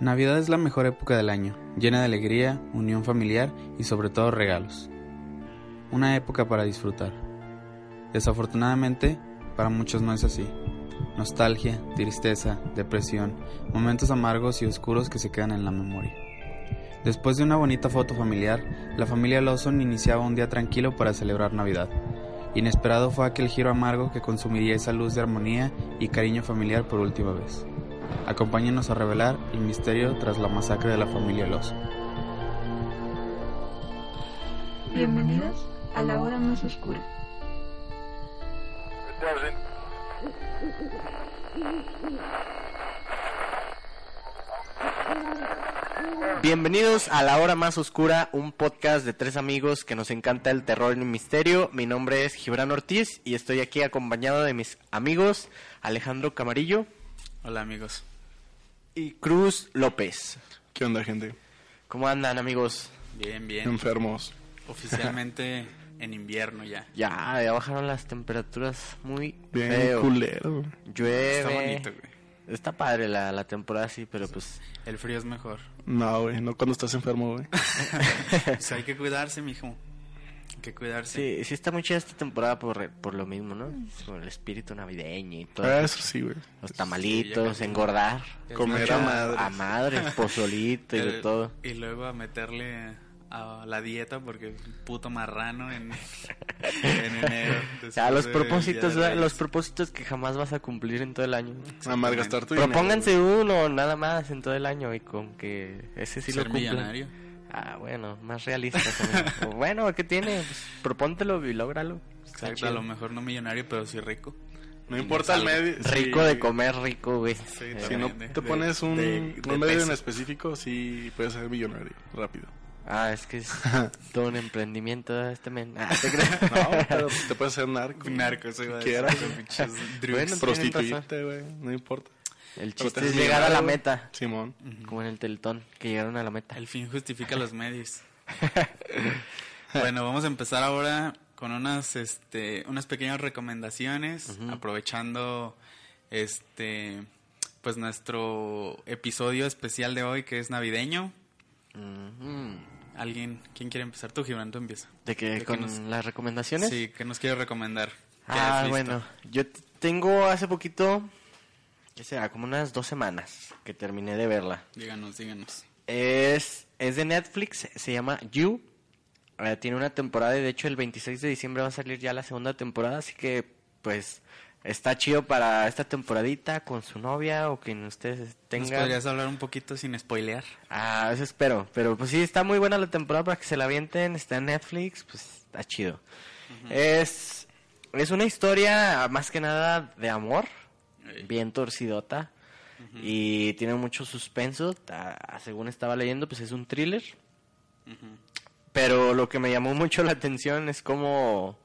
Navidad es la mejor época del año, llena de alegría, unión familiar y sobre todo regalos. Una época para disfrutar. Desafortunadamente, para muchos no es así. Nostalgia, tristeza, depresión, momentos amargos y oscuros que se quedan en la memoria. Después de una bonita foto familiar, la familia Lawson iniciaba un día tranquilo para celebrar Navidad. Inesperado fue aquel giro amargo que consumiría esa luz de armonía y cariño familiar por última vez. Acompáñenos a revelar el misterio tras la masacre de la familia Lawson. Bienvenidos a la hora más oscura. Bienvenidos a La Hora Más Oscura, un podcast de tres amigos que nos encanta el terror y el misterio. Mi nombre es Gibran Ortiz y estoy aquí acompañado de mis amigos Alejandro Camarillo Hola amigos. y Cruz López. ¿Qué onda, gente? ¿Cómo andan amigos? Bien, Mm. bien. Enfermos. Oficialmente en invierno ya. Ya, ya bajaron las temperaturas muy Bien feo. culero. Llueve. Está bonito, güey. Está padre la, la temporada, sí, pero pues El frío es mejor. No, güey, no cuando estás enfermo, güey. O sea, hay que cuidarse, mijo. Hay que cuidarse. sí, sí está muy chida esta temporada por, por lo mismo, ¿no? Por el espíritu navideño y todo. Ah, eso sí, güey. Los tamalitos, engordar. Ah, Es Comer mucha- a madres. A madre, pozolito y de el- todo. Y luego a meterle a la dieta porque puto marrano en, en enero. O sea, los después de propósitos, Día de ¿verdad? los Reyes. propósitos que jamás vas a cumplir en todo el año. A malgastar tu Propónganse dinero, uno nada más en todo el año y con que ese sí Ser lo cumplan. millonario. Ah, bueno, más realista. también. O bueno, ¿qué tiene? Pues, propóntelo y lógralo. Está Exacto, chido. a lo mejor no millonario, pero sí rico. güey. No importa el medio. Rico sí. de comer rico, güey. Eh, Si no De- te pones un, de- de un medio peso. en específico, sí puedes ser millonario. Rápido. Ah, es que es todo un emprendimiento este men. Ah, te creo. No, pero te puedes hacer narco. Narco, eso iba a decir, Quieras. con pinches drugs. Bueno, Prostituirte, güey. No importa. El Pero te chiste es haces llegar a la millonario, meta. Simón. Como en el Teletón, que llegaron a la meta. El fin justifica los medios. bueno, vamos a empezar ahora con unas este unas pequeñas recomendaciones, aprovechando este pues nuestro episodio especial de hoy que es navideño. Mm, ¿Alguien quién quiere empezar? Tú, Gibran, tú empieza. ¿De que ¿De con qué nos- las recomendaciones? Sí, ¿qué nos quiere recomendar? ¿Qué has Ah, visto? bueno, yo t- tengo hace poquito, ¿qué será? Como unas dos semanas que terminé de verla. Díganos, díganos. Es, es de Netflix, se llama You. Eh, tiene una temporada y de hecho el 26 de diciembre va a salir ya la segunda temporada, así que pues está chido para esta temporadita con su novia o quien ustedes ¿Nos tengan. podrías hablar un poquito sin spoilear? Ah, eso espero. Pero pues sí, está muy buena la temporada para que se la avienten. Está en Netflix, pues está chido. Es, es una historia más que nada de amor, bien torcidota. Y tiene mucho suspenso. Ta- según estaba leyendo, pues es un thriller. Pero lo que me llamó mucho la atención es cómo.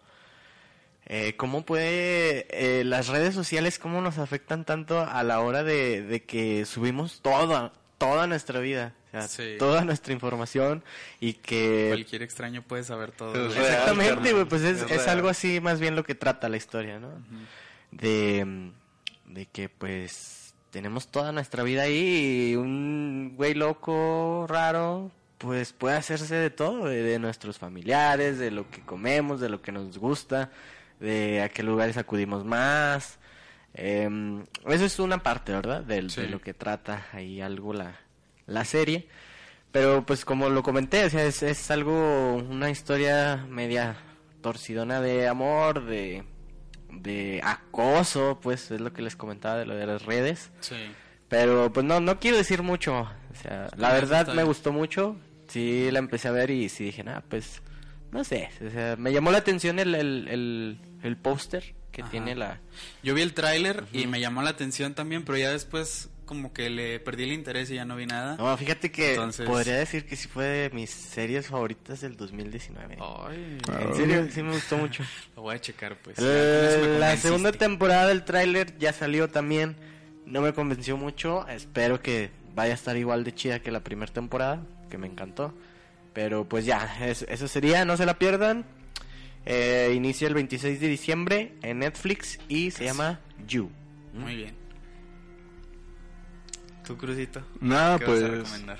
eh, ¿Cómo puede eh, las redes sociales, cómo nos afectan tanto a la hora de, de que subimos toda, toda nuestra vida? O sea, Sí. toda nuestra información y que... Cualquier extraño puede saber todo. pues, Es güey. real, Exactamente, carnal, güey, pues es, es es real. algo así más bien lo que trata la historia, ¿no? De, mm, de que pues tenemos toda nuestra vida ahí y un güey loco, raro, pues puede hacerse de todo, de, de nuestros familiares, de lo que comemos, de lo que nos gusta, de a qué lugares acudimos más. Em, eso es una parte, ¿verdad? Del- Sí. De lo que trata ahí algo la, la serie. Pero pues como lo comenté, o sea, es, es algo, una historia media torcidona de amor, de, de acoso, pues es lo que les comentaba de lo de las redes. Sí. Pero pues no, no quiero decir mucho. O sea, la Ah, verdad está me bien. gustó mucho. Sí, la empecé a ver y sí dije, ah, pues no sé. O sea, me llamó la atención el, el, el, el póster que Ajá. tiene la... Yo vi el tráiler y me llamó la atención también, pero ya después como que le perdí el interés y ya no vi nada. No, fíjate que Entonces- podría decir que sí fue de mis series favoritas del 2019. Ay, En serio, sí me gustó mucho. lo voy a checar pues. Ya con eso me Eh, La convenciste. segunda temporada del tráiler ya salió también. No me convenció mucho. Espero que vaya a estar igual de chida que la primera temporada, que me encantó. Pero pues ya, es- eso sería, no se la pierdan. Eh, inicia el 26 de diciembre en Netflix y se llama You. Muy bien. Tú, Crucito. Nada, ¿Qué vas a pues. recomendar?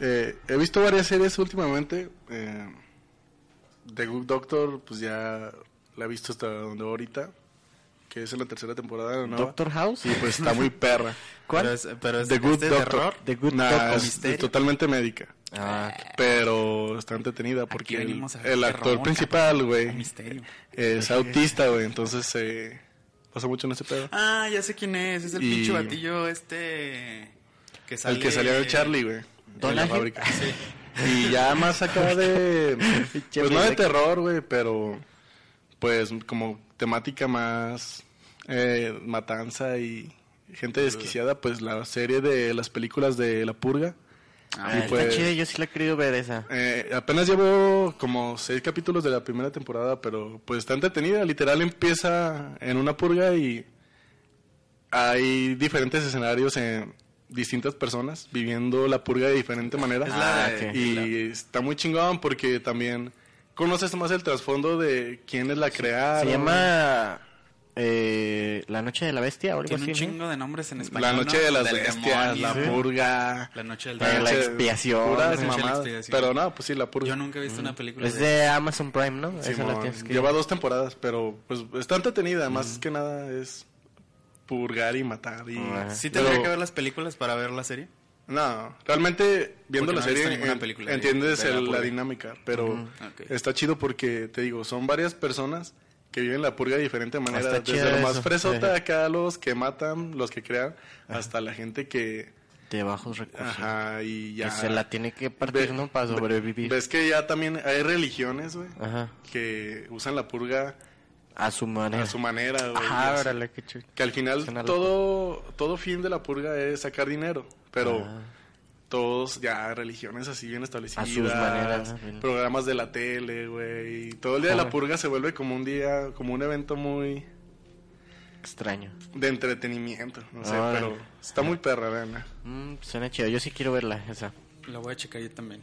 eh, he visto varias series últimamente. Eh, The Good Doctor, pues ya la he visto hasta donde ahorita. Que es en la tercera temporada. ¿no? Doctor House. Y pues está muy perra. ¿Cuál? Pero es, pero es The Good este es de Doctor. terror. The Good Nah, Doctor. es- es Misterio. totalmente médica. Ah, Pero está entretenida porque el, venimos a ver el terror, actor cabrón. principal, güey, Misterio. es autista, güey. Entonces eh, pasa mucho en ese pedo. Ah, ya sé quién es. Es el Y- pinche batillo este. Que sale... El que salió de Charlie, güey. En la Donaghy. fábrica. Y ya más acá de. pues no de terror, güey, pero. Pues como temática más. eh, matanza y gente desquiciada, pues la serie de las películas de La Purga. ah, y está pues- chida, yo sí la he querido ver esa. Eh, apenas llevo como seis capítulos de la primera temporada, pero pues está entretenida. Literal empieza en una purga y hay diferentes escenarios en distintas personas viviendo la purga de diferente manera. Es la Ah, de- ok. Y está muy chingón porque también conoces más el trasfondo de quiénes la crearon. Se llama eh, La Noche de la Bestia o algo Tiene un así. ¿no? chingo de nombres en español. La noche de ¿no? las Del bestias, demonio. la purga. La noche del La de demonio. la noche- expiación. puras La noche de la mamadas. expiación. Pero no, pues sí, la purga. Yo nunca he visto una película Es de... de Amazon Prime, ¿no? Esa Simón, la tienes que... Lleva dos temporadas, pero pues está entretenida. Más que nada es purgar y matar. Y... Ah. ¿Sí pero- tendría que ver las películas para ver la serie? No, realmente viendo Porque no la he visto serie ninguna en- película de- entiendes de la el- la, purga. dinámica, pero Ok. está chido porque, te digo, son varias personas que viven la purga de diferente manera. Está chido Desde lo más eso. fresota Ajá. acá, los que matan, los que crean, hasta la gente que... De bajos recursos. Ajá, y Que ya... se la tiene que partir, Ve- ¿no? Para ve- sobrevivir. Ves que ya también hay religiones, güey, Ajá. que usan la purga A su manera. a su manera, güey. Eh. Ajá, y así. órale, qué chido. Que al final Suena loco. todo, todo fin de la purga es sacar dinero, pero Ah. todos ya religiones así bien establecidas, ah, A sus maneras, bien. programas de la tele, güey. y Todo el día de la Joder. purga se vuelve como un día, como un evento muy Extraño. de entretenimiento, no sé, Órale. pero está muy perra, vean. Mm, suena chido. Yo sí quiero verla, esa. La voy a checar yo también.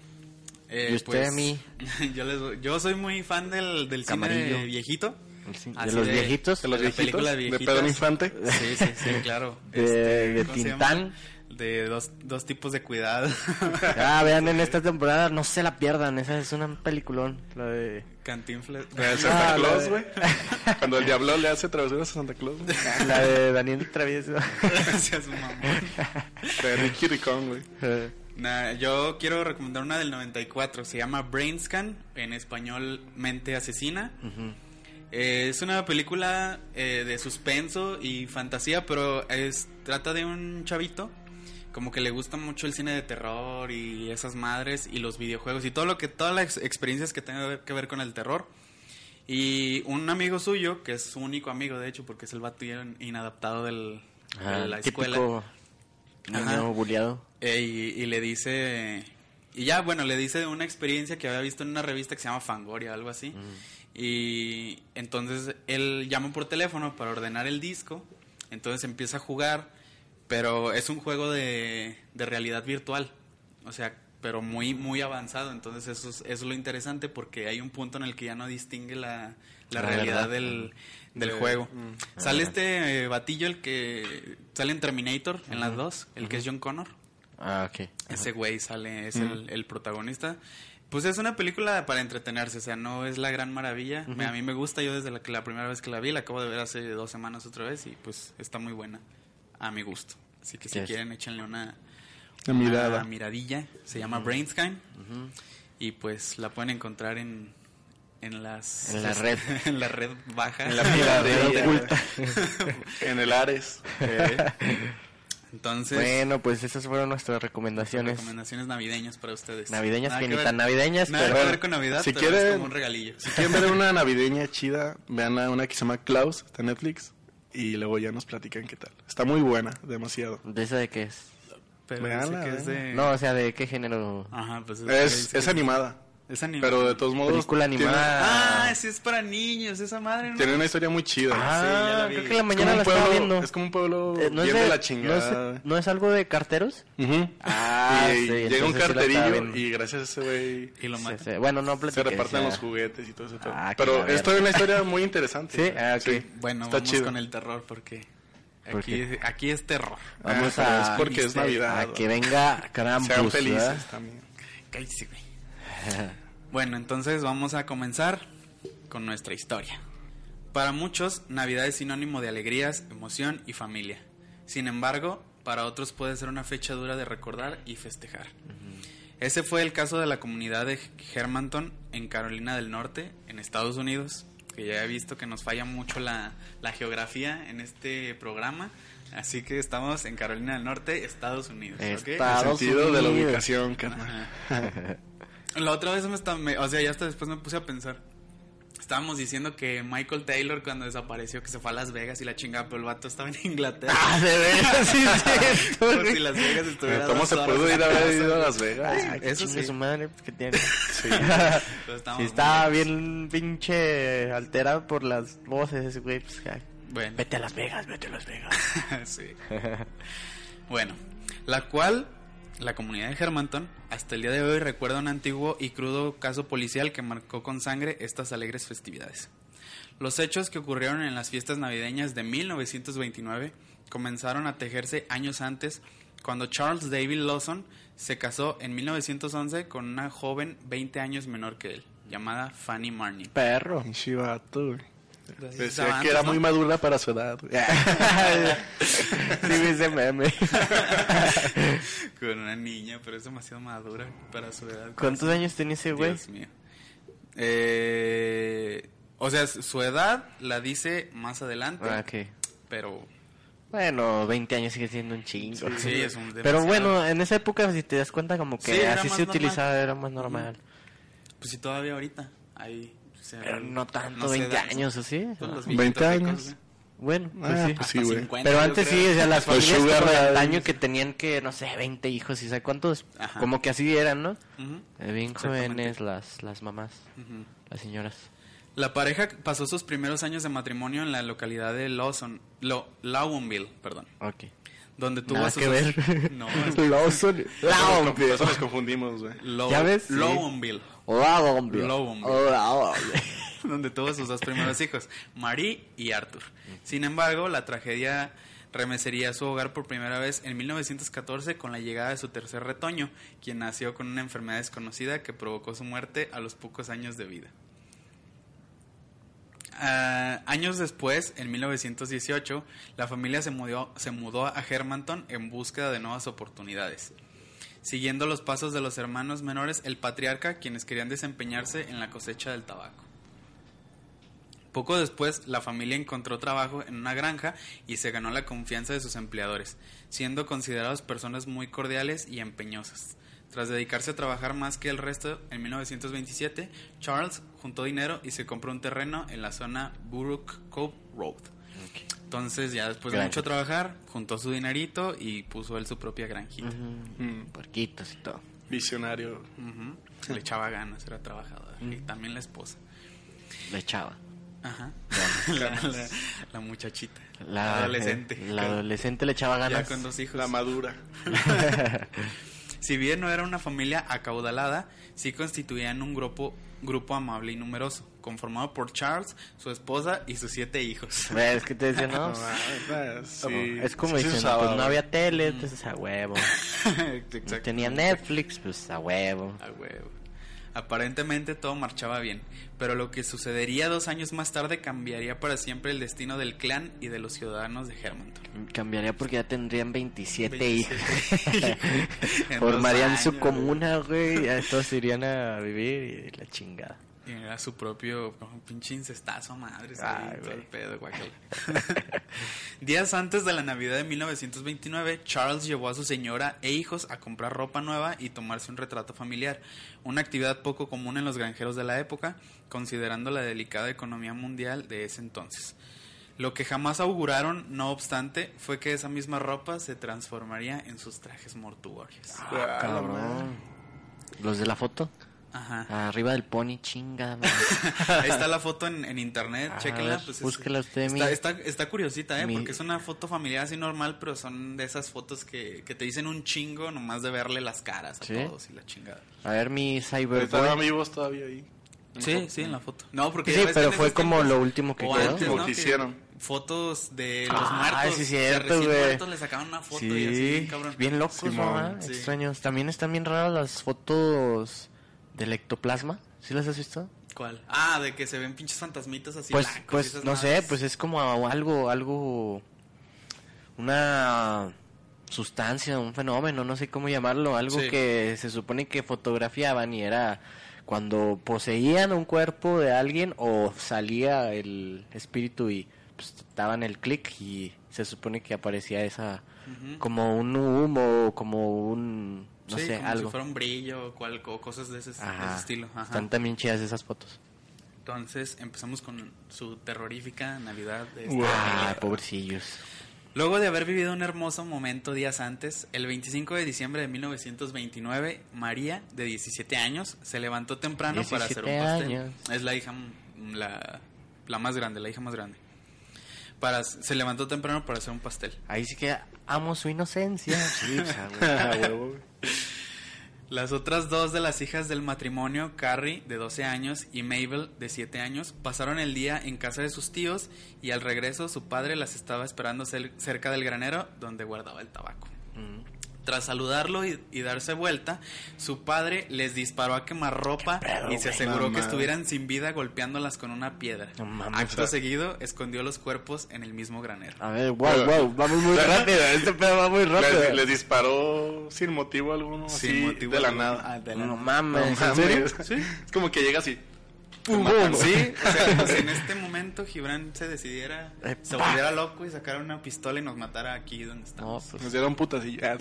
Eh, ¿Y usted pues, a mí? yo, les voy- yo soy muy fan del, del cine Camarillo. de viejito. Sí, Así De los viejitos. De los la viejitos, película de viejitas. Ah, Pedro Infante. Sí, sí, sí, claro. De- este, de ¿cómo se Tintán. llama? De dos, dos tipos de cuidado. Ah, vean, en esta temporada no se la pierdan. Esa es una peliculón. La de... Cantinflas. El Santa Ah, la Claus, de- güey. Cuando el diablo le hace travesuras a Santa Claus, güey. La de Daniel Travieso. Gracias, mamá. De Ricky Ricón, güey. Nah, yo quiero recomendar una del 94. Se llama Brain Scan, en español Mente Asesina. Eh, es una película eh, de suspenso y fantasía, pero es trata de un chavito como que le gusta mucho el cine de terror y esas madres y los videojuegos y todo lo que todas las experiencias que tengan que ver con el terror. Y un amigo suyo, que es su único amigo de hecho, porque es el vato inadaptado del, de la Ah, escuela. típico Ajá. niño buleado. Eh, y, y le dice. Y ya, bueno, le dice de una experiencia que había visto en una revista que se llama Fangoria, algo así. Y entonces él llama por teléfono para ordenar el disco. Entonces empieza a jugar, pero es un juego de, de realidad virtual. O sea, pero muy, muy avanzado. Entonces eso es, eso es lo interesante porque hay un punto en el que ya no distingue la, la La realidad verdad. del, del De- juego. mm. Ah. Sale este eh, batillo, el que sale en Terminator, en las dos, el que es John Connor. Ah, ok. Ese güey sale, es el, el protagonista. Pues es una película para entretenerse, o sea, no es la gran maravilla. Me- A mí me gusta, yo desde la, que- la primera vez que la vi, la acabo de ver hace dos semanas otra vez y pues está muy buena, a mi gusto. Así que si Yes. quieren, échenle una, La Ah, una mirada. miradilla. Se llama Brain Scan y pues la pueden encontrar en, en las... En la red. en la red baja. En la miradilla. oculta. En el Ares. Entonces, Bueno, pues esas fueron nuestras recomendaciones. recomendaciones navideñas para ustedes. Navideñas Nada que que ni ver- tan navideñas, Nada que pero- ver con Navidad, Si pero es quieren- como un regalillo. Si quieren ver una navideña chida, vean a una que se llama Klaus, está en Netflix, y luego ya nos platican qué tal. Está muy buena, demasiado. ¿De esa de qué es? Pero Veanla, dice que es veanla. de... No, o sea, ¿de qué género? Ajá, pues eh. Es, que es animada, es anime. pero de todos modos... Película tiene- animada. Ah, sí, es para niños, esa madre, ¿no? Tiene una historia muy chida. Ah, ya la vi. creo que la Es como mañana un la estaba pueblo- viendo. Es como un pueblo Eh, bien de la no es- chingada. ¿no es algo de carteros? Ujú. Ah, Y sí, llega un entonces sí la estaba carterillo viendo. y gracias a ese güey Y lo Sí, matan. sí. Bueno, no platiqué. se reparten o sea, los juguetes y todo eso. Ah, que la pero verga. esto es una historia muy interesante. Sí, ah, ok. Bueno, está vamos chido. con el terror porque ¿Por Aquí, aquí es terror. Vamos Ah, a, es porque es Navidad. a que venga Krampus, Sean ¿verdad? felices también. Cállese, güey. Bueno, entonces vamos a comenzar con nuestra historia. Para muchos, Navidad es sinónimo de alegrías, emoción y familia. Sin embargo, para otros puede ser una fecha dura de recordar y festejar. Ese fue el caso de la comunidad de Germantown en Carolina del Norte, en Estados Unidos, que ya he visto que nos falla mucho la, la geografía en este programa. Así que estamos en Carolina del Norte, Estados Unidos. ¿ok? El Estados sentido de la Unidos. ubicación, carnal. Ajá. La otra vez me está, me- o sea, ya hasta después me puse a pensar. Estábamos diciendo que Michael Taylor cuando desapareció que se fue a Las Vegas y la chingada, pero el vato estaba en Inglaterra. Ah, de veras, sí, es cierto, Por güey. si Las Vegas estuviera ¿Cómo dos se horas pudo de ir a la haber casa, ido a güey. Las Vegas? Ah, Eso chingue sí. su madre pues, que tiene. Sí. Pero estábamos Si muy estaba lejos. bien pinche alterado por las voces ese güey, pues ay, Bueno. vete a Las Vegas, vete a Las Vegas. sí. Bueno, la cual la comunidad de Germantown hasta el día de hoy recuerda un antiguo y crudo caso policial que marcó con sangre estas alegres festividades. Los hechos que ocurrieron en las fiestas navideñas de 1929 comenzaron a tejerse años antes cuando Charles David Lawson se casó en 1911 con una joven 20 años menor que él, llamada Fanny Marnie. Perro. Chivato, güey. Entonces, Decía estaba que era antes, ¿no? muy madura para su edad, güey. sí, vi ese meme. con una niña, pero es demasiado madura para su edad. ¿Cuántos años tenía ese güey? Dios mío. Eh, o sea, su su edad la dice más adelante, Ah, ok. pero Bueno, 20 años sigue siendo un chingo. sí, es un Pero demasiado- bueno, en esa época, si te das cuenta, como que Sí, era así más se normal. utilizaba, era más normal. Pues sí, todavía ahorita. Ahí. se- Pero no tanto, se 20 da- años, ¿o sí? Ah, Todos los 20 viejitos ricos, años. güey. Bueno, pues Ah, sí. pues sí, Hasta güey. 50, Pero yo antes sí, creo. o sea, las Los familias como sugar de daddies. antaño que tenían que, no sé, 20 hijos y sabe cuántos, Ajá. como que así eran, ¿no? Ujú, Eh, Bien Exactamente. jóvenes las, las mamás, ujú. las señoras. La pareja pasó sus primeros años de matrimonio en la localidad de Lawson, Lo, Lawonville, perdón, Ok. donde tuvo Nada a sus que dos- ver. No, es- Lawson. Por Lawson. eso nos confundimos, güey. Lo- ¿Ya ves? Sí. Lawonville. Lawson. Lawson. Lawson. donde tuvo sus dos primeros hijos, Marie y Arthur. Sin embargo, la tragedia remecería a su hogar por primera vez en 1914 con la llegada de su tercer retoño, quien nació con una enfermedad desconocida que provocó su muerte a los pocos años de vida. Ah, años después, en 1918, la familia se mudó, se mudó a Germantown en búsqueda de nuevas oportunidades. Siguiendo los pasos de los hermanos menores, el patriarca, quienes querían desempeñarse en la cosecha del tabaco. Poco después, la familia encontró trabajo en una granja y se ganó la confianza de sus empleadores, siendo considerados personas muy cordiales y empeñosas. Tras dedicarse a trabajar más que el resto, en 1927, Charles juntó dinero y se compró un terreno en la zona Burrook Cove Road. Entonces, ya después de Granja. mucho trabajar, juntó su dinerito y puso él su propia granjita. Mm, Porquitos y todo. Visionario. Ujú. Le echaba ganas, era trabajador. Y también la esposa. La echaba. Ajá. La, la- la muchachita. La adolescente. La adolescente le echaba Ya ganas. con dos hijos. La madura. Si bien no era una familia acaudalada, sí constituían un grupo, grupo amable y numeroso, conformado por Charles, su esposa y sus siete hijos. Ve, Pues, Es que te decía, no, No, ah, sí. es como Sí se diciendo, usaba, pues no güey. había tele, entonces a huevo. Exacto. Tenía Netflix, pues a huevo. A huevo. Aparentemente todo marchaba bien, pero lo que sucedería dos años más tarde cambiaría para siempre el destino del clan y de los ciudadanos de Hermanton. Cambiaría porque ya tendrían 27, hijos. En Formarían dos su años, comuna, güey. Ya todos irían a vivir y la chingada. Y era su propio como, pinche incestazo, madre. Ay, todo el güey. pedo, guácala. Días antes de la Navidad de 1929, Charles llevó a su señora e hijos a comprar ropa nueva y tomarse un retrato familiar, una actividad poco común en los granjeros de la época, considerando la delicada economía mundial de ese entonces. Lo que jamás auguraron, no obstante, fue que esa misma ropa se transformaría en sus trajes mortuorios. Ah, Cabrón. Los de la foto. Ajá. Arriba del pony, chinga. madre. Ahí está la foto en, en internet, Ah, chéquenla. a ver, Pues es- búsquela usted, mi- está, este. está, está curiosita, ¿eh? mi- Porque es una foto familiar así normal, pero son de esas fotos que, que te dicen un chingo nomás de verle las caras a ¿Sí? todos y la chingada. A ver, mi Estaban Cyberboy. vivos todavía ahí. Sí, sí, en la foto. No, porque... Sí, ya ves que pero en fue esos como tiempos- lo último que o quedó. antes, Lo ¿no? que hicieron. fotos de los Ah, muertos. sí, de cierto, recién güey. muertos le sacaban una foto y así, bien cabrón. bien locos, Simón, ¿no? Ah, sí. Extraños. También están bien raras las fotos del ectoplasma. ¿Sí las has visto? ¿Cuál? Ah, de que se ven pinches fantasmitas así pues, blancos. y pues esas no sé, madres. pues es como algo, algo, una sustancia, un fenómeno, no sé cómo llamarlo, algo Sí. que se supone que fotografiaban y era cuando poseían un cuerpo de alguien o salía el espíritu y pues, daban el clic y se supone que aparecía esa Ujú. como un humo, como un no Sí, sé, como algo. si fuera un brillo o, cual- o cosas de ese, de ese Ajá. estilo. Ajá. Están también chidas esas fotos. Entonces empezamos con su terrorífica Navidad. de esta Wow. Ah, pobrecillos. Luego de haber vivido un hermoso momento días antes, el 25 de diciembre de 1929, María, de 17 años, se levantó temprano para hacer un 17 pastel. años. Es la hija, m- la, la más grande, la hija más grande. Para, se levantó temprano para hacer un pastel. Ahí sí que amo su inocencia. Sí, o sea, güey. A huevo, güey. Las otras dos de las hijas del matrimonio, Carrie, de 12 años, y Mabel, de 7 años, pasaron el día en casa de sus tíos y al regreso su padre las estaba esperando cel- cerca del granero donde guardaba el tabaco. Mm. Tras saludarlo y, y darse vuelta, su padre les disparó a quemarropa y se aseguró No que mames. estuvieran sin vida golpeándolas con una piedra. No mames. Acto seguido, escondió los cuerpos en el mismo granero. pues, A ver, wow, wow, vamos muy rápido. Este pedo va muy rápido. Les, les disparó sin motivo alguno, Sin así, motivo de la alguno. nada. Ah, de la No nada. mames, No ¿en serio? mames. Es como que llega así. Pum, Te matan, pum. Sí, o sea, si en este momento Gibran se decidiera, Eh, se pa. volviera loco y sacara una pistola y nos matara aquí donde No, estamos. Nos pues. dieron putas y ya.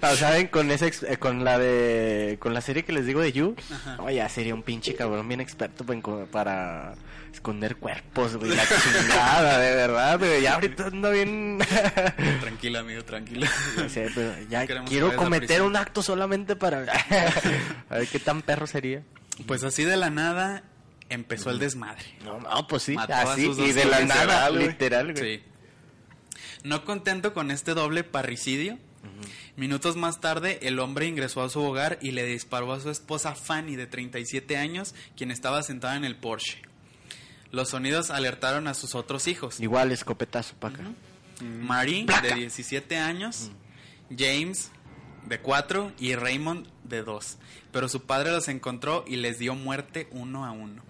Ah, ¿Saben? Con, esa ex- eh, con la de. Con la serie que les digo de You. no, ya sería un pinche cabrón bien experto pa- enco- para, esconder cuerpos, güey. La chingada, de verdad, güey. Ya ahorita ando bien. Tranquilo, amigo, tranquilo. No sé, pero ya Queremos quiero saber la cometer prisión. un acto solamente para. A ver qué tan perro sería. Pues así de la nada empezó el desmadre. No, no, pues sí, Mató a así, sus dos y de la hijos. nada, Literal, güey. literal, güey. Sí. No contento con este doble parricidio, minutos más tarde el hombre ingresó a su hogar y le disparó a su esposa Fanny de 37 años, quien estaba sentada en el Porsche. Los sonidos alertaron a sus otros hijos, Igual, escopetazo para acá. Marie de 17 años, James de 4 y Raymond de 2. Pero su padre los encontró y les dio muerte uno a uno.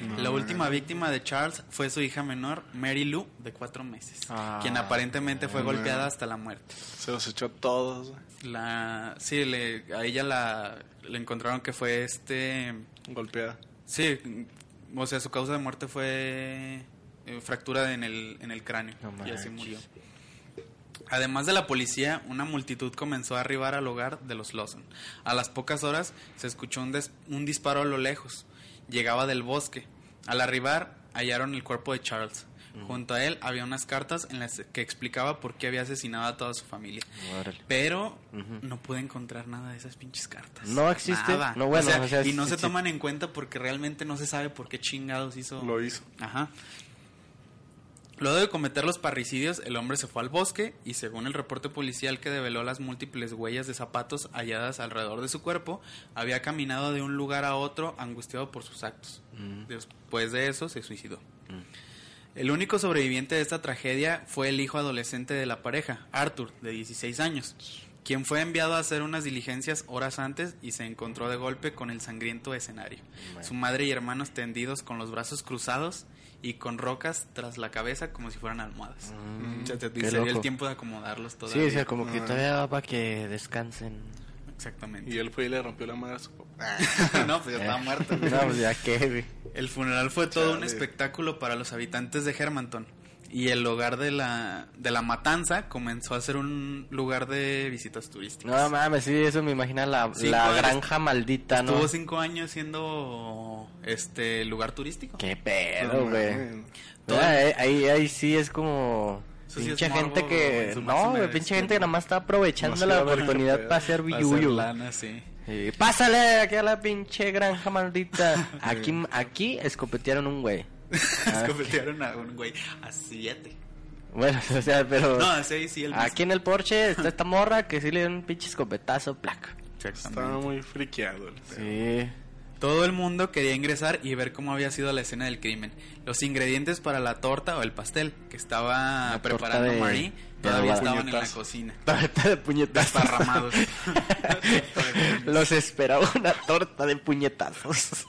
Mm. La última víctima de Charles fue su hija menor, Mary Lou, de 4 meses, Ah, quien aparentemente fue golpeada hasta la muerte. Se los echó a todos. güey. La, sí, le- a ella la, le encontraron que fue este... Golpeada. Sí, o sea, su causa de muerte fue eh, fractura en el, en el cráneo No y así manches. murió. Además de la policía, una multitud comenzó a arribar al hogar de los Lawson. A las pocas horas se escuchó un, des- un disparo a lo lejos. Llegaba del bosque. Al arribar, hallaron el cuerpo de Charles. Mm. Junto a él había unas cartas en las que explicaba por qué había asesinado a toda su familia. Órale. Pero Ujú. no pude encontrar nada de esas pinches cartas. No existe. Nada. No, bueno, O sea, o sea, y no sí, se sí. toman en cuenta porque realmente no se sabe por qué chingados hizo. Lo hizo. Ajá. Luego de cometer los parricidios, el hombre se fue al bosque y según el reporte policial que develó las múltiples huellas de zapatos halladas alrededor de su cuerpo, había caminado de un lugar a otro angustiado por sus actos. Mm. Después de eso se suicidó. El único sobreviviente de esta tragedia fue el hijo adolescente de la pareja, Arthur, de 16 años, quien fue enviado a hacer unas diligencias horas antes y se encontró de golpe con el sangriento escenario. Su madre y hermanos tendidos con los brazos cruzados y con rocas tras la cabeza como si fueran almohadas. Mm, O sea, te- qué se dio el loco. tiempo de acomodarlos todavía. Sí, o sea, como que Ah. todavía va para que descansen. Exactamente. Y él fue y le rompió la madre a su papá. no, pues ya estaba Eh. muerto. No, pues ya que, güey. El funeral fue todo un Chale. espectáculo para los habitantes de Germantown y el hogar de la, de la matanza comenzó a ser un lugar de visitas turísticas. No mames, sí, eso me imagina la, Sí, la pues, granja maldita, ¿no? Estuvo cinco años siendo este lugar turístico. Qué No, pedo, güey. man. Todo- Ah, eh, ahí, ahí sí es como. Eso sí Pinche es morbo, gente güey, que. en su No, máxima güey, pinche expresión. gente que nada más está aprovechando No sé, la a ver qué oportunidad pedo. para hacer Para hacer billuyo. lana, sí. Sí, Pásale aquí a la pinche granja maldita. Aquí, aquí escopetearon un güey. Escopetearon a un güey a siete. Bueno, o sea, pero. No, a seis sí el mismo. Aquí en el Porsche está esta morra que sí le dio un pinche escopetazo, placa. Exactamente. Estaba muy friqueado el pedo. Sí. Todo el mundo quería ingresar y ver cómo había sido la escena del crimen. Los ingredientes para la torta o el pastel que estaba La torta preparando de- Marie de todavía la- estaban en la puñetazo. cocina. Torta de puñetazos. Desparramados. Los esperaba una torta de puñetazos.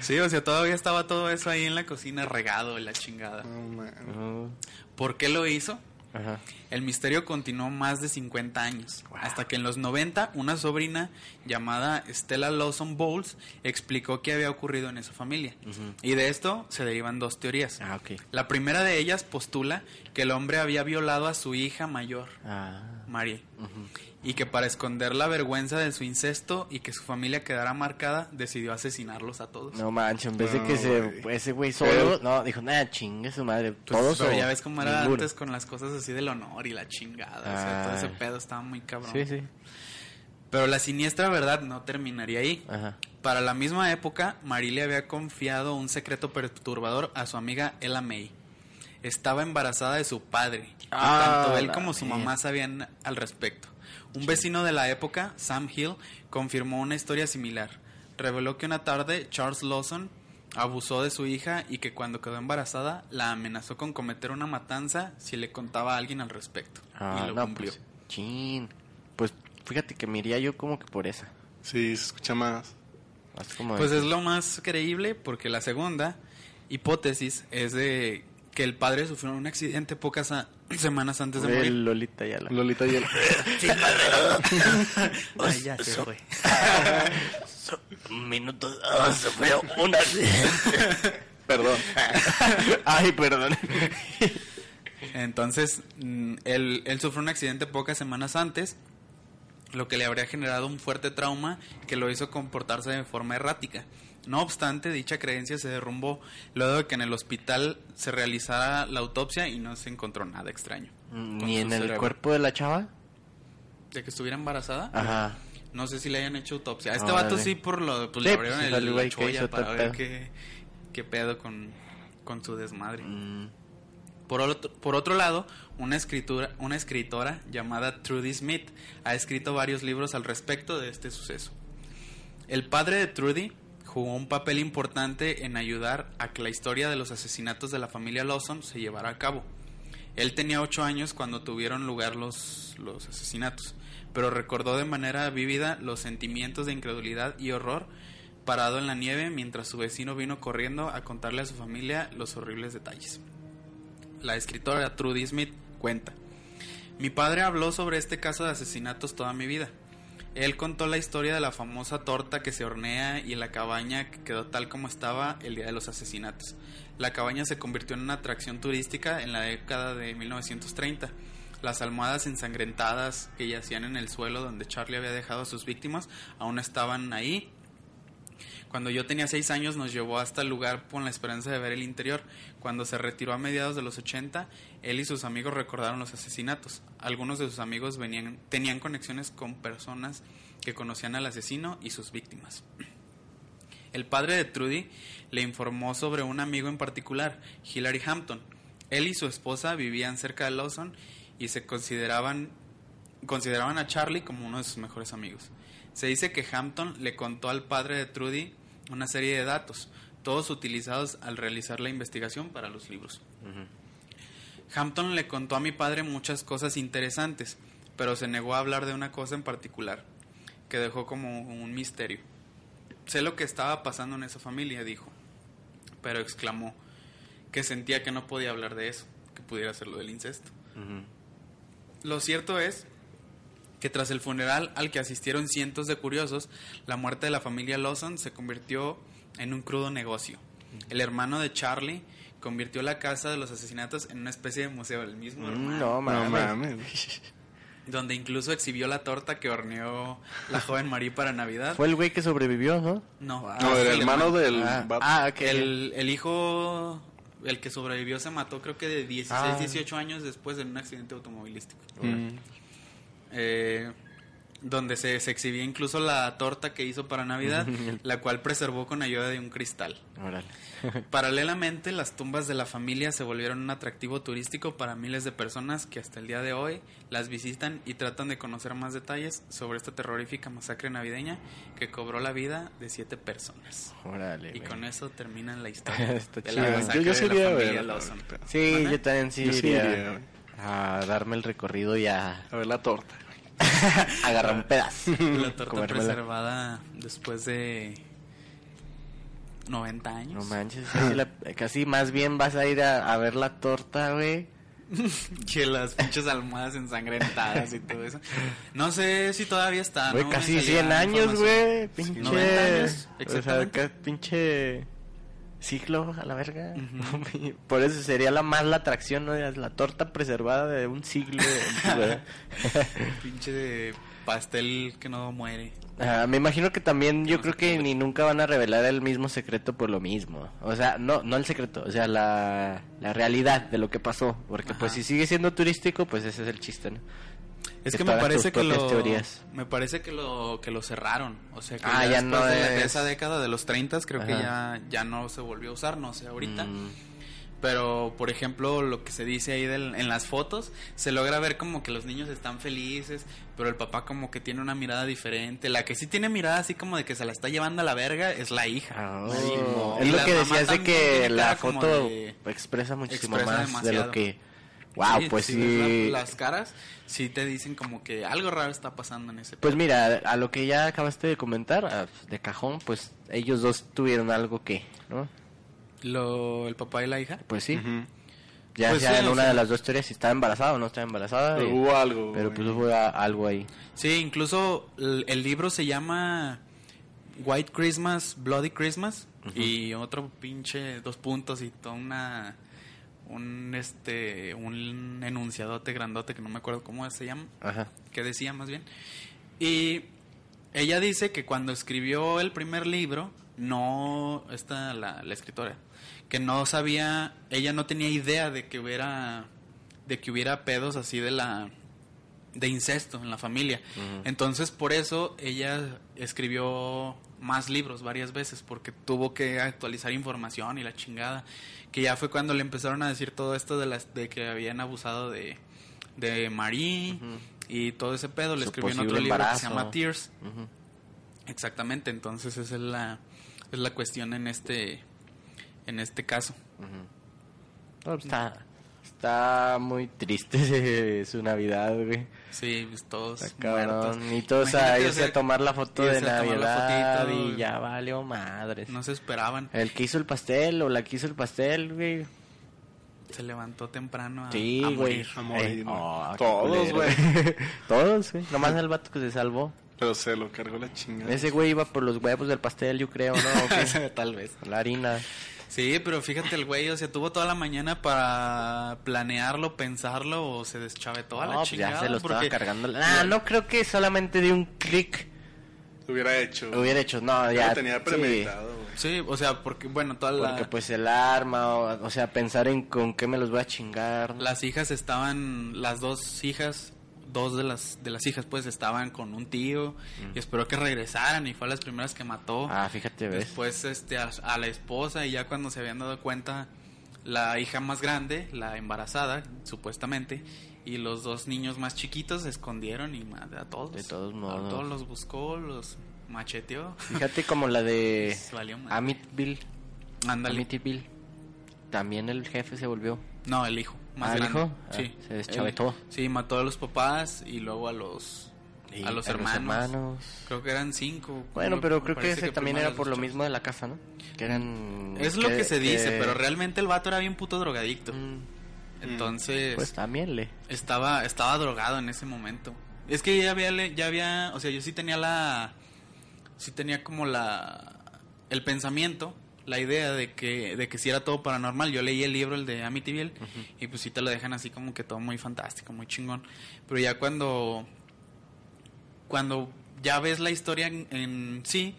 sí, o sea, todavía estaba todo eso ahí en la cocina regado, la chingada. No, man. ¿Por qué lo hizo? Ajá. El misterio continuó más de 50 años, hasta que en los 90 una sobrina llamada Stella Lawson Bowles explicó qué había ocurrido en esa familia. Y de esto se derivan dos teorías. Ah, ok. La primera de ellas postula que el hombre había violado a su hija mayor, Ah. Marie, y que para esconder la vergüenza de su incesto y que su familia quedara marcada, decidió asesinarlos a todos. No manches, en vez de No, que se, güey. ese güey solo, no, dijo, nada, chingue su madre, Pues, todos pero o ya ves cómo era ninguno". antes con las cosas así del honor y la chingada. o sea, todo ese Ah. pedo estaba muy cabrón. Sí, sí. Pero la siniestra verdad no terminaría ahí. Ajá. Para la misma época, Marie le había confiado un secreto perturbador a su amiga Ella May. Estaba embarazada de su padre. y Ah, tanto él la como su mierda. mamá sabían al respecto. Un vecino de la época, Sam Hill, confirmó una historia similar. Reveló que una tarde Charles Lawson abusó de su hija y que cuando quedó embarazada la amenazó con cometer una matanza si le contaba a alguien al respecto. Ah, y lo no, cumplió. pues, chin. Pues fíjate que me iría yo como que por esa. Sí, se escucha más. Así como de- Pues es lo más creíble porque la segunda hipótesis es de que el padre sufrió un accidente pocas a- semanas antes de de morir. Lolita ya la. Lolita y el... Ay, ya se fue. Minutos. ah, se fue una. Perdón. Ay, perdón. Entonces, mm, él, él sufrió un accidente pocas semanas antes, lo que le habría generado un fuerte trauma que lo hizo comportarse de forma errática. No obstante, dicha creencia se derrumbó luego de que en el hospital se realizara la autopsia y no se encontró nada extraño. con Mm, Ni su en el cerebro. cuerpo de la chava. De que estuviera embarazada. Ajá. No sé si le hayan hecho autopsia. A este Órale. vato sí por lo de pues, Sí, le abrieron pues, el, salió la güey que cholla hizo para tal ver pedo. qué, qué pedo con, con su desmadre. Mm, Por otro, por otro lado, una escritura, una escritora llamada Trudy Smith ha escrito varios libros al respecto de este suceso. El padre de Trudy jugó un papel importante en ayudar a que la historia de los asesinatos de la familia Lawson se llevara a cabo. Él tenía ocho años cuando tuvieron lugar los, los asesinatos, pero recordó de manera vívida los sentimientos de incredulidad y horror parado en la nieve mientras su vecino vino corriendo a contarle a su familia los horribles detalles. La escritora Trudy Smith cuenta. Mi padre habló sobre este caso de asesinatos toda mi vida. Él contó la historia de la famosa torta que se hornea y la cabaña que quedó tal como estaba el día de los asesinatos. La cabaña se convirtió en una atracción turística en la década de 1930. Las almohadas ensangrentadas que yacían en el suelo donde Charlie había dejado a sus víctimas aún estaban ahí cuando yo tenía seis años nos llevó hasta el lugar con la esperanza de ver el interior. Cuando se retiró a mediados de los 80, él y sus amigos recordaron los asesinatos. Algunos de sus amigos venían, tenían conexiones con personas que conocían al asesino y sus víctimas. El padre de Trudy le informó sobre un amigo en particular, Hillary Hampton. Él y su esposa vivían cerca de Lawson y se consideraban consideraban a Charlie como uno de sus mejores amigos. Se dice que Hampton le contó al padre de Trudy una serie de datos, todos utilizados al realizar la investigación para los libros. Hampton le contó a mi padre muchas cosas interesantes, pero se negó a hablar de una cosa en particular, que dejó como un misterio. Sé lo que estaba pasando en esa familia, dijo, pero exclamó que sentía que no podía hablar de eso, que pudiera ser lo del incesto. ujú. Lo cierto es que tras el funeral al que asistieron cientos de curiosos, la muerte de la familia Lawson se convirtió en un crudo negocio. El hermano de Charlie convirtió la casa de los asesinatos en una especie de museo, el mismo hermano, Mm, No No mames. mames. donde incluso exhibió la torta que horneó la joven Marie para Navidad. Fue el güey que sobrevivió, ¿no? No, No, Ah, sí, el hermano del... Ah, vato. ah, ok. El, el hijo, el que sobrevivió, se mató creo que de 16, Ah. mm, 18 años después en un accidente automovilístico. Mm. Eh, donde se, se exhibía incluso la torta que hizo para Navidad, la cual preservó con ayuda de un cristal. Órale. Paralelamente, las tumbas de la familia se volvieron un atractivo turístico para miles de personas que hasta el día de hoy las visitan y tratan de conocer más detalles sobre esta terrorífica masacre navideña que cobró la vida de siete personas. Órale. Y güey. con eso terminan la historia Está de chido. la Yo- masacre yo de sí la iría a familia ver. Lawson. Sí, ¿Mande? yo también sí Yo sí iría iría, güey. a darme el recorrido y a A ver la torta. agarrar un pedazo. La torta Mm, Comérmela. preservada después de 90 años. No manches, casi, la- casi más bien vas a ir a, a ver la torta, güey. Que las pinches almohadas ensangrentadas y todo eso. No sé si todavía está. Güey, Ah, ¿no? casi Me salía 100 años, información. güey. Sí, Pinche. 90 años, o sea, exactamente. ca- pinche ciclo a la verga. Por eso sería la más la atracción, ¿no? La torta preservada de un siglo. ¿eh? güey. Pinche de pastel que no muere. Ah, me imagino que también yo no creo se que puede. ni nunca van a revelar el mismo secreto por lo mismo. O sea, no no el secreto, o sea, la, la realidad de lo que pasó. Porque pues Ajá. si sigue siendo turístico, pues ese es el chiste, ¿no? Es Que que me pagan parece tus que lo propias teorías. me parece que lo que lo cerraron, o sea, que Ah, ya ya después no de, la- de es- esa década de los 30 creo que Ajá. ya ya no se volvió a usar, no sé ahorita. Mm. Pero, por ejemplo, lo que se dice ahí del- en las fotos, se logra ver como que los niños están felices, pero el papá como que tiene una mirada diferente. La que sí tiene mirada así como de que se la está llevando a la verga es la hija. Ah, Sí. Es Y lo la que mamá decías de también que tiene la cara como foto de- expresa muchísimo expresa más de demasiado. lo que... Wow, Sí, pues si ves sí. la- las caras sí te dicen como que algo raro está pasando en ese... Pues mira, a lo que ya acabaste de comentar, ah, de cajón, pues ellos dos tuvieron algo que, ¿no? Lo, el papá y la hija. Pues sí. Ujú. Ya Pues sea sí, en o una sea. de las dos teorías, si estaba embarazada o no estaba embarazada. Pero y- hubo algo. pero güey. pues hubo a- algo ahí. Sí, incluso el, el libro se llama White Christmas, Bloody Christmas y otro pinche dos puntos y toda una un este un enunciadote grandote que no me acuerdo cómo se llama, Ajá. que decía más bien. Y ella dice que cuando escribió el primer libro, no esta la, la escritora, que no sabía, ella no tenía idea de que hubiera de que hubiera pedos así de la de incesto en la familia. Entonces, por eso ella escribió más libros varias veces, porque tuvo que actualizar información y la chingada. Que ya fue cuando le empezaron a decir todo esto de las de que habían abusado de, de Marie y todo ese pedo. Le Su escribió en posible otro libro que se embarazo. llama Tears. Ujú. Exactamente, entonces esa es la, es la cuestión en este, en este caso. No, pues, está, está muy triste ese- su Navidad, güey. Sí, pues, todos Está muertos. Ah, cabrón. Y todos a Imagínate, o irse sea, a tomar la foto irse de a tomar la Navidad fotito, y güey. ya valió madres. No se esperaban. El que hizo el pastel o la que hizo el pastel, güey. Se levantó temprano a, Sí, Ah, a güey. morir. a morir, Eh, güey. oh, qué Todos, culero. güey. Todos, güey. Nomás el vato que se salvó. Pero se lo cargó la chingada. Ese güey iba por los huevos del pastel, yo creo, ¿no? ¿O qué? Tal vez. la harina. Sí, pero fíjate el güey, o sea, tuvo toda la mañana para planearlo, pensarlo o se deschavetó a la No, pues chingada. ya se lo estaba porque- cargando. Ah, no creo que solamente de un clic Lo hubiera hecho. hubiera hecho. No, Ya ya. lo tenía sí. premeditado, güey. Sí, o sea, porque, bueno, todas Porque pues el arma, o, o sea, pensar en con qué me los voy a chingar. las hijas estaban, las dos hijas, dos de las de las hijas pues estaban con un tío Mm. y esperó que regresaran y fue a las primeras que mató. Ah, fíjate, ves. Después este a, a la esposa y ya cuando se habían dado cuenta la hija más grande, la embarazada supuestamente, y los dos niños más chiquitos se escondieron y ma- a todos. De todos A modos. todos los buscó, los macheteó. Fíjate como la de Pues, valió madre. Amitville. Ándale. Amityville. También el jefe se volvió. No, el hijo. Más Ah, ¿el grande. hijo? Ah, Sí. se deschavetó. El- sí, mató a los papás y luego a los Y a los hermanos. hermanos. Creo que eran cinco. Bueno, Me pero creo que parece ese también primero era por los lo chavos. mismo de la casa, ¿no? Que eran... Es lo que se dice, que- este pero realmente el vato era bien puto drogadicto. Mm, Entonces, Pues también le... Estaba, estaba drogado en ese momento. Es que ya había, le- ya había, o sea, yo sí tenía la, sí tenía como la, el pensamiento, la idea de que, de que si era todo paranormal. Yo leí el libro, el de Amityville, y pues sí te lo dejan así como que todo muy fantástico, muy chingón. Pero ya cuando, cuando ya ves la historia en, en sí,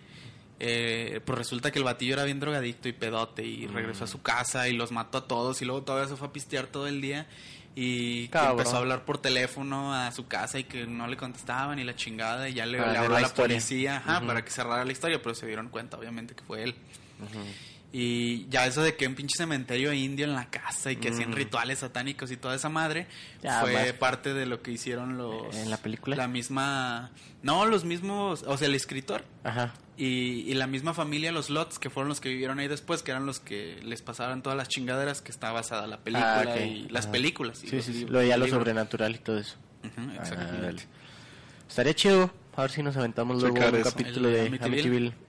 eh, pues resulta que el batillo era bien drogadicto y pedote y Mm. regresó a su casa y los mató a todos y luego todavía se fue a pistear todo el día y que Cabrón. empezó a hablar por teléfono a su casa y que no le contestaban y la chingada y ya le, Para le ver habló la a la historia. policía ajá, Ujú. para que cerrara la historia, pero se dieron cuenta obviamente que fue él. Y ya eso de que un pinche cementerio indio en la casa y que hacían Mm. rituales satánicos y toda esa madre Ya, fue más- parte de lo que hicieron los... ¿En la película? La misma... No, los mismos... O sea, el escritor Ajá. Ah, y, y la misma familia, los Lots, que fueron los que vivieron ahí después, que eran los que les pasaban todas las chingaderas que está basada la película Ah, ok. y las Ajá. películas. y Sí, los sí, sí. libros, Lo ya los lo libros. sobrenatural y todo eso. Ujú, Ah, exactamente. dale. Estaría chido. A ver si nos aventamos luego Checar un eso. capítulo El de Amityville.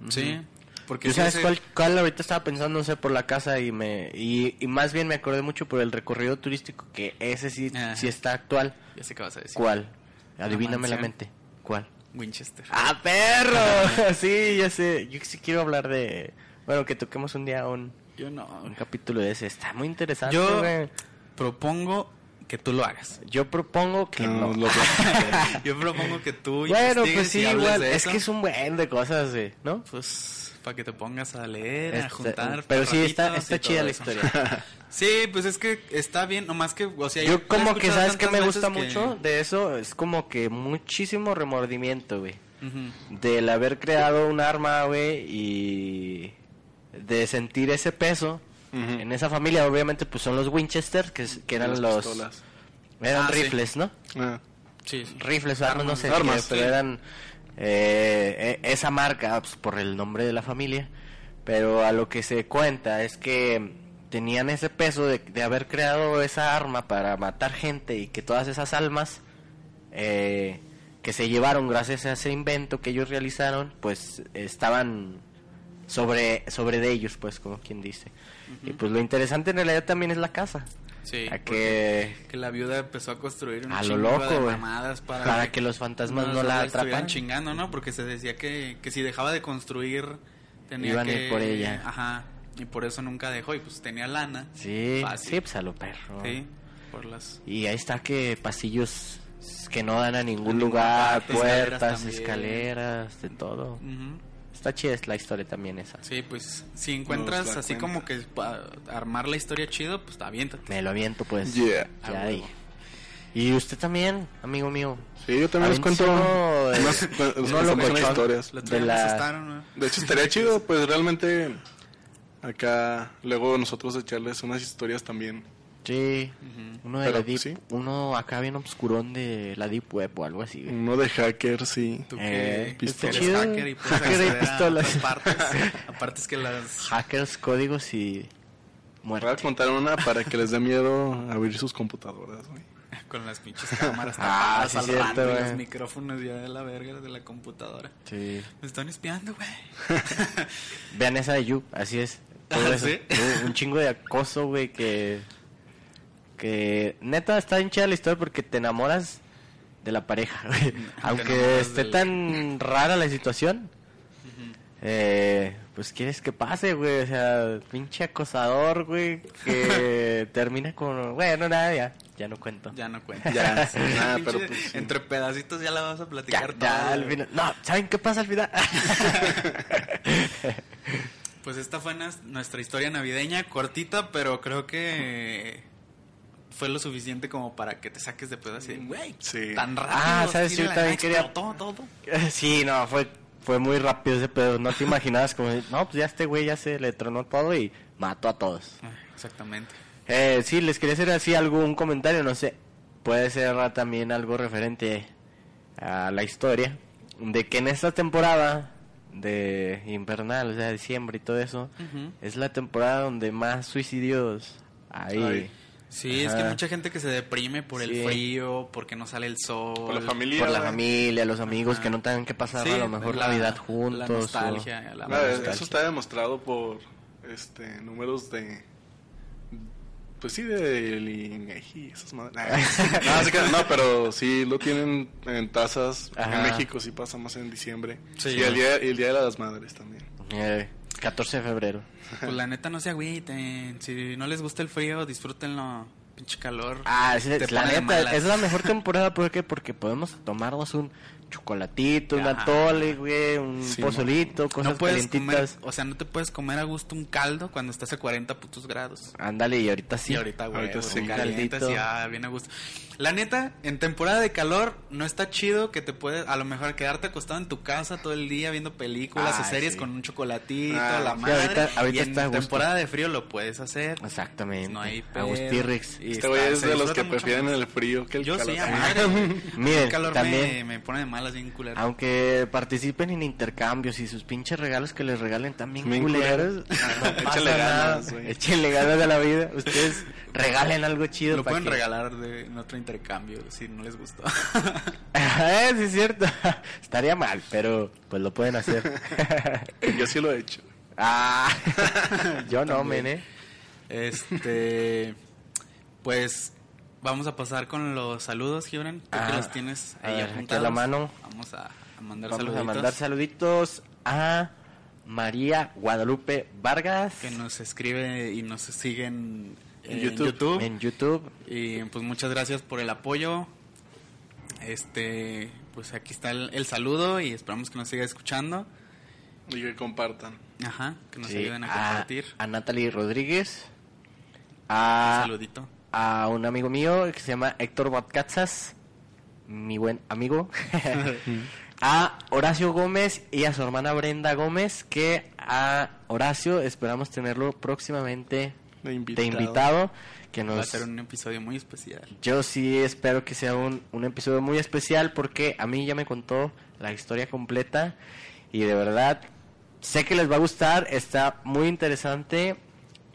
Amityville. Sí. Ujú. Porque Yo sí sabes ese- cuál, cuál ahorita estaba pensando, no sé, por la casa y me y, y más bien me acordé mucho por el recorrido turístico que ese sí, Ajá. sí está actual. Ya sé qué vas a decir. ¿Cuál? Adivíname la mansión. mente. ¿Cuál? Winchester. ¡Ah, perro! sí, ya sé. Yo sí quiero hablar de... Bueno, que toquemos un día un, Yo no. un capítulo de ese. Está muy interesante, Yo- güey. Propongo que tú lo hagas. Yo propongo que Que no. nos lo platiquen. Yo propongo que tú bueno, investigues pues y sí, hables igual. de Es eso. que es un buen de cosas, güey, ¿no? Pues para que te pongas a leer, a Este, juntar. pero sí, está, ratitos y está chida todo la eso. historia. Sí, pues es que está bien, nomás que, o sea, la Yo he como que, escuchado ¿sabes que tantas me gusta veces que- mucho de eso? Es como que muchísimo remordimiento, güey. Ujú. Del haber creado un arma, güey, y de sentir ese peso. Ujú. En esa familia, obviamente, pues son los Winchester, que, es- que eran Las los... pistolas. Eran Ah, sí. rifles, ¿no? Ah, Sí, sí. Rifles, o armas, no sé, armas, qué, pero sí. eran eh, e- esa marca, pues, por el nombre de la familia. Pero a lo que se cuenta es que tenían ese peso de, de haber creado esa arma para matar gente y que todas esas almas eh, que se llevaron gracias a ese invento que ellos realizaron, pues estaban sobre, sobre de ellos, pues, como quien dice. Y pues lo interesante en realidad también es la casa. Sí, a porque- que que la viuda empezó a construir un A lo chingo loco, de güey. mamadas para, Para que los fantasmas no la estuvieran atraparan. chingando, ¿no? Porque se decía que, que si dejaba de construir tenía Iban a que ir por ella. Ajá. Y por eso nunca dejó y pues tenía lana. Sí, Fácil. sí, pues a lo perro. Sí, por las Y ahí está que pasillos que no dan a ningún A ningún lugar, parte, escaleras puertas, escaleras, de todo. Ujú. Está chida la historia también esa. Sí, pues si Nos encuentras da así cuenta. como que pa- armar la historia chido, pues aviéntate. Me lo aviento pues. yeah. Ya A ahí. huevo. Y usted también, amigo mío. Sí, yo también les cuento Aviéntese uno, unas, eh, unas- unas uno locochón. historias. Lo De la- asustaron, De hecho, estaría chido, pues realmente acá, luego nosotros echarles unas historias también. Sí. Uno de Pero, la deep, sí. uno acá bien obscurón de la deep web o algo así. güey. Uno de hackers, sí. Tú Eh, que está eres chido. hacker y puedes Hacker acceder de a otras pistolas. partes. a partes que las Hackers, códigos y Voy a muerte. contar una para que les dé miedo abrir sus computadoras, güey. Con las pinches cámaras Ah, tapadas sí, al cierto, rato y güey. los micrófonos ya de la verga de la computadora. Sí. Me están espiando, güey. Vean esa de You, así es. Todo Ah, eso. ¿sí? Hubo Un chingo de acoso, güey, que. Que neta está bien chida la historia porque te enamoras de la pareja, güey. Aunque enamoras esté del- tan rara la situación, eh, pues quieres que pase, güey. O sea, pinche acosador, güey, que termina con. Bueno, nada, ya, ya no cuento. Ya no cuenta. Ya, sí, nada, pero Pinche- pues sí. Entre pedacitos ya la vas a Ya, platicar ya, toda, al güey. final. No, ¿saben qué pasa al final? Pues esta fue nas- nuestra historia navideña, cortita, pero creo que fue lo suficiente como para que te saques de pedo así de, güey, Sí. tan rápido. Ah, ¿sabes? así Yo la- también quería- explotó todo. Sí, no, fue, fue muy rápido ese pedo. No te imaginabas como, no, pues ya este güey ya se le tronó todo y mató a todos. Ah, Exactamente. Eh, sí, les quería hacer así algún comentario, no sé. Puede ser ah, también algo referente a la historia. De que en esta temporada de invernal, o sea, diciembre y todo eso, Ujú. es la temporada donde más suicidios hay. Ay. Sí, es Ajá. que mucha gente que se deprime por Sí. el frío, porque no sale el sol. Por la familia. Por la güey. familia, los amigos Ajá. que no tienen que pasar Sí, a lo mejor la- Navidad juntos. La o- nostalgia, la Nada, nostalgia. eso está demostrado por este números de pues sí del INEGI esas madres. Nah, no, sí que- no, pero sí lo tienen en tasas en Ajá. México sí pasa más en diciembre. Sí. y el día, el día de las madres también. Eh, 14 de febrero. Pues la neta no se agüiten. Si no les gusta el frío, disfrútenlo. Pinche calor. Ah, sí, Te la pone de neta, malas. es la mejor temporada porque porque podemos tomarnos un chocolatito, un atole, güey, un Sí, pozolito, cosas no puedes comer, calientitas. o sea, no te puedes comer a gusto un caldo cuando estás a 40 putos grados. Ándale, y ahorita sí. Y ahorita, güey, Ahorita ahorita sí. calientas Caldito. y ya ah, bien a gusto. La neta, en temporada de calor no está chido que te puedes, a lo mejor quedarte acostado en tu casa todo el día viendo películas o Ah, series sí. con un chocolatito, Ah, la sí, madre. ahorita- ahorita y en está a gusto. temporada de frío lo puedes hacer. Exactamente. No hay pedo. Agustirrix. Y Este güey está- es se de los disfruta que mucho prefieren más. el frío que el Yo sí, calor. a madre. güey. Miren, el calor me, también, me pone de malas bien culero. aunque participen en intercambios y sus pinches regalos que les regalen también Bien culeros, Ah, no pasa Échale nada. ganas, güey. Échenle ganas a la vida. Ustedes regalen algo chido. Lo para pueden que- regalar de, en otro intercambio si no les gustó. Eh, sí, es cierto. Estaría mal, pero pues lo pueden hacer. Yo sí lo he hecho. ah, yo no, men, eh. este. Pues vamos a pasar con los saludos, Gibran. Tú Ah, que los tienes a ahí ver, aquí a apuntados. la mano. Vamos a, a mandar Vamos saluditos. a mandar saluditos a María Guadalupe Vargas Que nos escribe y nos siguen en, En YouTube. YouTube. en YouTube. Y pues muchas gracias por el apoyo. Este. Pues aquí está el, el saludo y esperamos que nos siga escuchando. Y que compartan. Ajá, que nos Sí, Ah, ayuden a compartir. A, Natalie Rodríguez. A, ah. Un saludito. a un amigo mío que se llama Héctor Batcazas. Mi buen amigo. a Horacio Gómez y a su hermana Brenda Gómez. Que a Horacio esperamos tenerlo próximamente De de invitado. invitado. Que nos, Va a ser un episodio muy especial. Yo sí espero que sea un, un episodio muy especial porque a mí ya me contó la historia completa y de verdad sé que les va a gustar, está muy interesante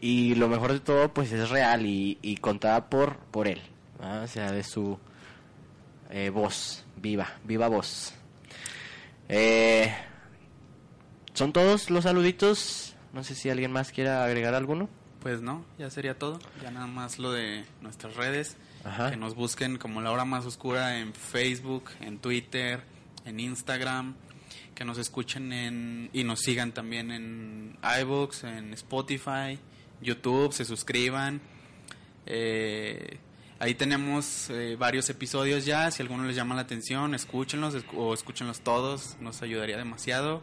y lo mejor de todo pues es real y, y contada por, por él, ¿verdad? o sea, de su eh, voz, viva, viva voz. Eh, ¿Son todos los saluditos? No sé si alguien más quiera agregar alguno. Pues no, ya sería todo. Ya nada más lo de nuestras redes. Ajá. Que nos busquen como La Hora Más Oscura en Facebook, en Twitter, en Instagram. Que nos escuchen en, y nos sigan también en iVoox, en Spotify, YouTube, se suscriban. Eh, ahí tenemos eh, varios episodios ya. Si alguno les llama la atención, escúchenlos escu- o escúchenlos todos. Nos ayudaría demasiado.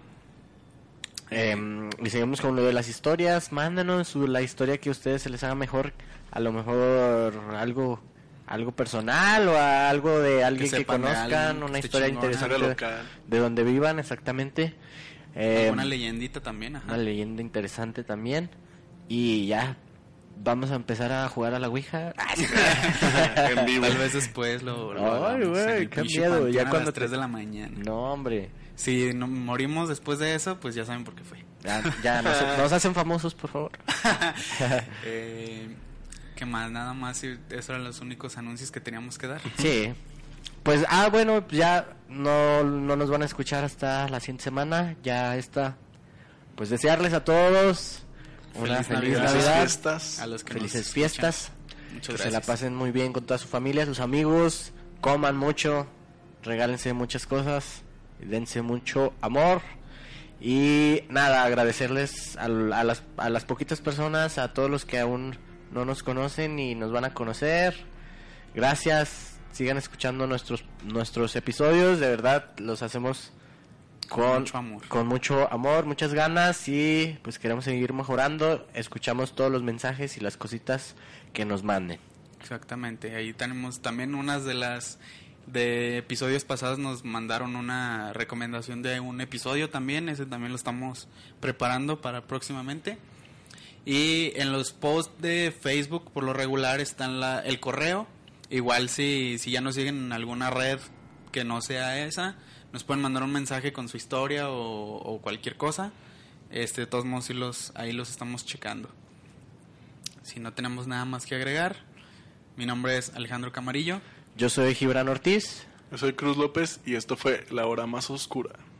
Eh, y seguimos con lo de las historias. Mándanos su- la historia que a ustedes se les haga mejor. A lo mejor algo algo personal o a algo de alguien que, sepan de conozcan. alguien, que una esté historia chingona. interesante Historia de, Ah, local. de donde vivan exactamente. Eh, Una leyendita también, ajá. una leyenda interesante también. Y ya vamos a empezar a jugar a la Ouija. en vivo. Tal vez después lo, lo Ay, hagamos en güey, el qué pinche miedo, panteón ya a cuando las te- 3 de la mañana. no, hombre. Si no, morimos después de eso, pues ya saben por qué fue. Ya, ya nos, nos hacen famosos, por favor. Eh, ¿Qué más? Nada más. y Esos eran los únicos anuncios que teníamos que dar. Sí. Pues, ah, bueno, ya no, no nos van a escuchar hasta la siguiente semana. Ya está. Pues desearles a todos una Feliz feliz Navidad. Navidad, Felices fiestas. A los que nos felices escuchan, fiestas. Muchas Que gracias. se la pasen muy bien con toda su familia, sus amigos. Coman mucho, regálense muchas cosas, dense mucho amor. Y nada, agradecerles a, l- a las, a las poquitas personas, a todos los que aún no nos conocen y nos van a conocer. Gracias, sigan escuchando nuestros, nuestros episodios, de verdad los hacemos con mucho amor. con mucho amor, muchas ganas y pues queremos seguir mejorando. Escuchamos todos los mensajes y las cositas que nos manden. Exactamente. Ahí tenemos también unas de las de episodios pasados nos mandaron una recomendación de un episodio también, ese también lo estamos preparando para próximamente. Y en los posts de Facebook por lo regular están la, el correo. Igual si, si ya nos siguen en alguna red que no sea esa, nos pueden mandar un mensaje con su historia o, o cualquier cosa. Este, de todos modos sí los, ahí los estamos checando. Si no tenemos nada más que agregar, mi nombre es Alejandro Camarillo. Yo soy Gibran Ortiz. Yo soy Cruz López y esto fue La Hora Más Oscura.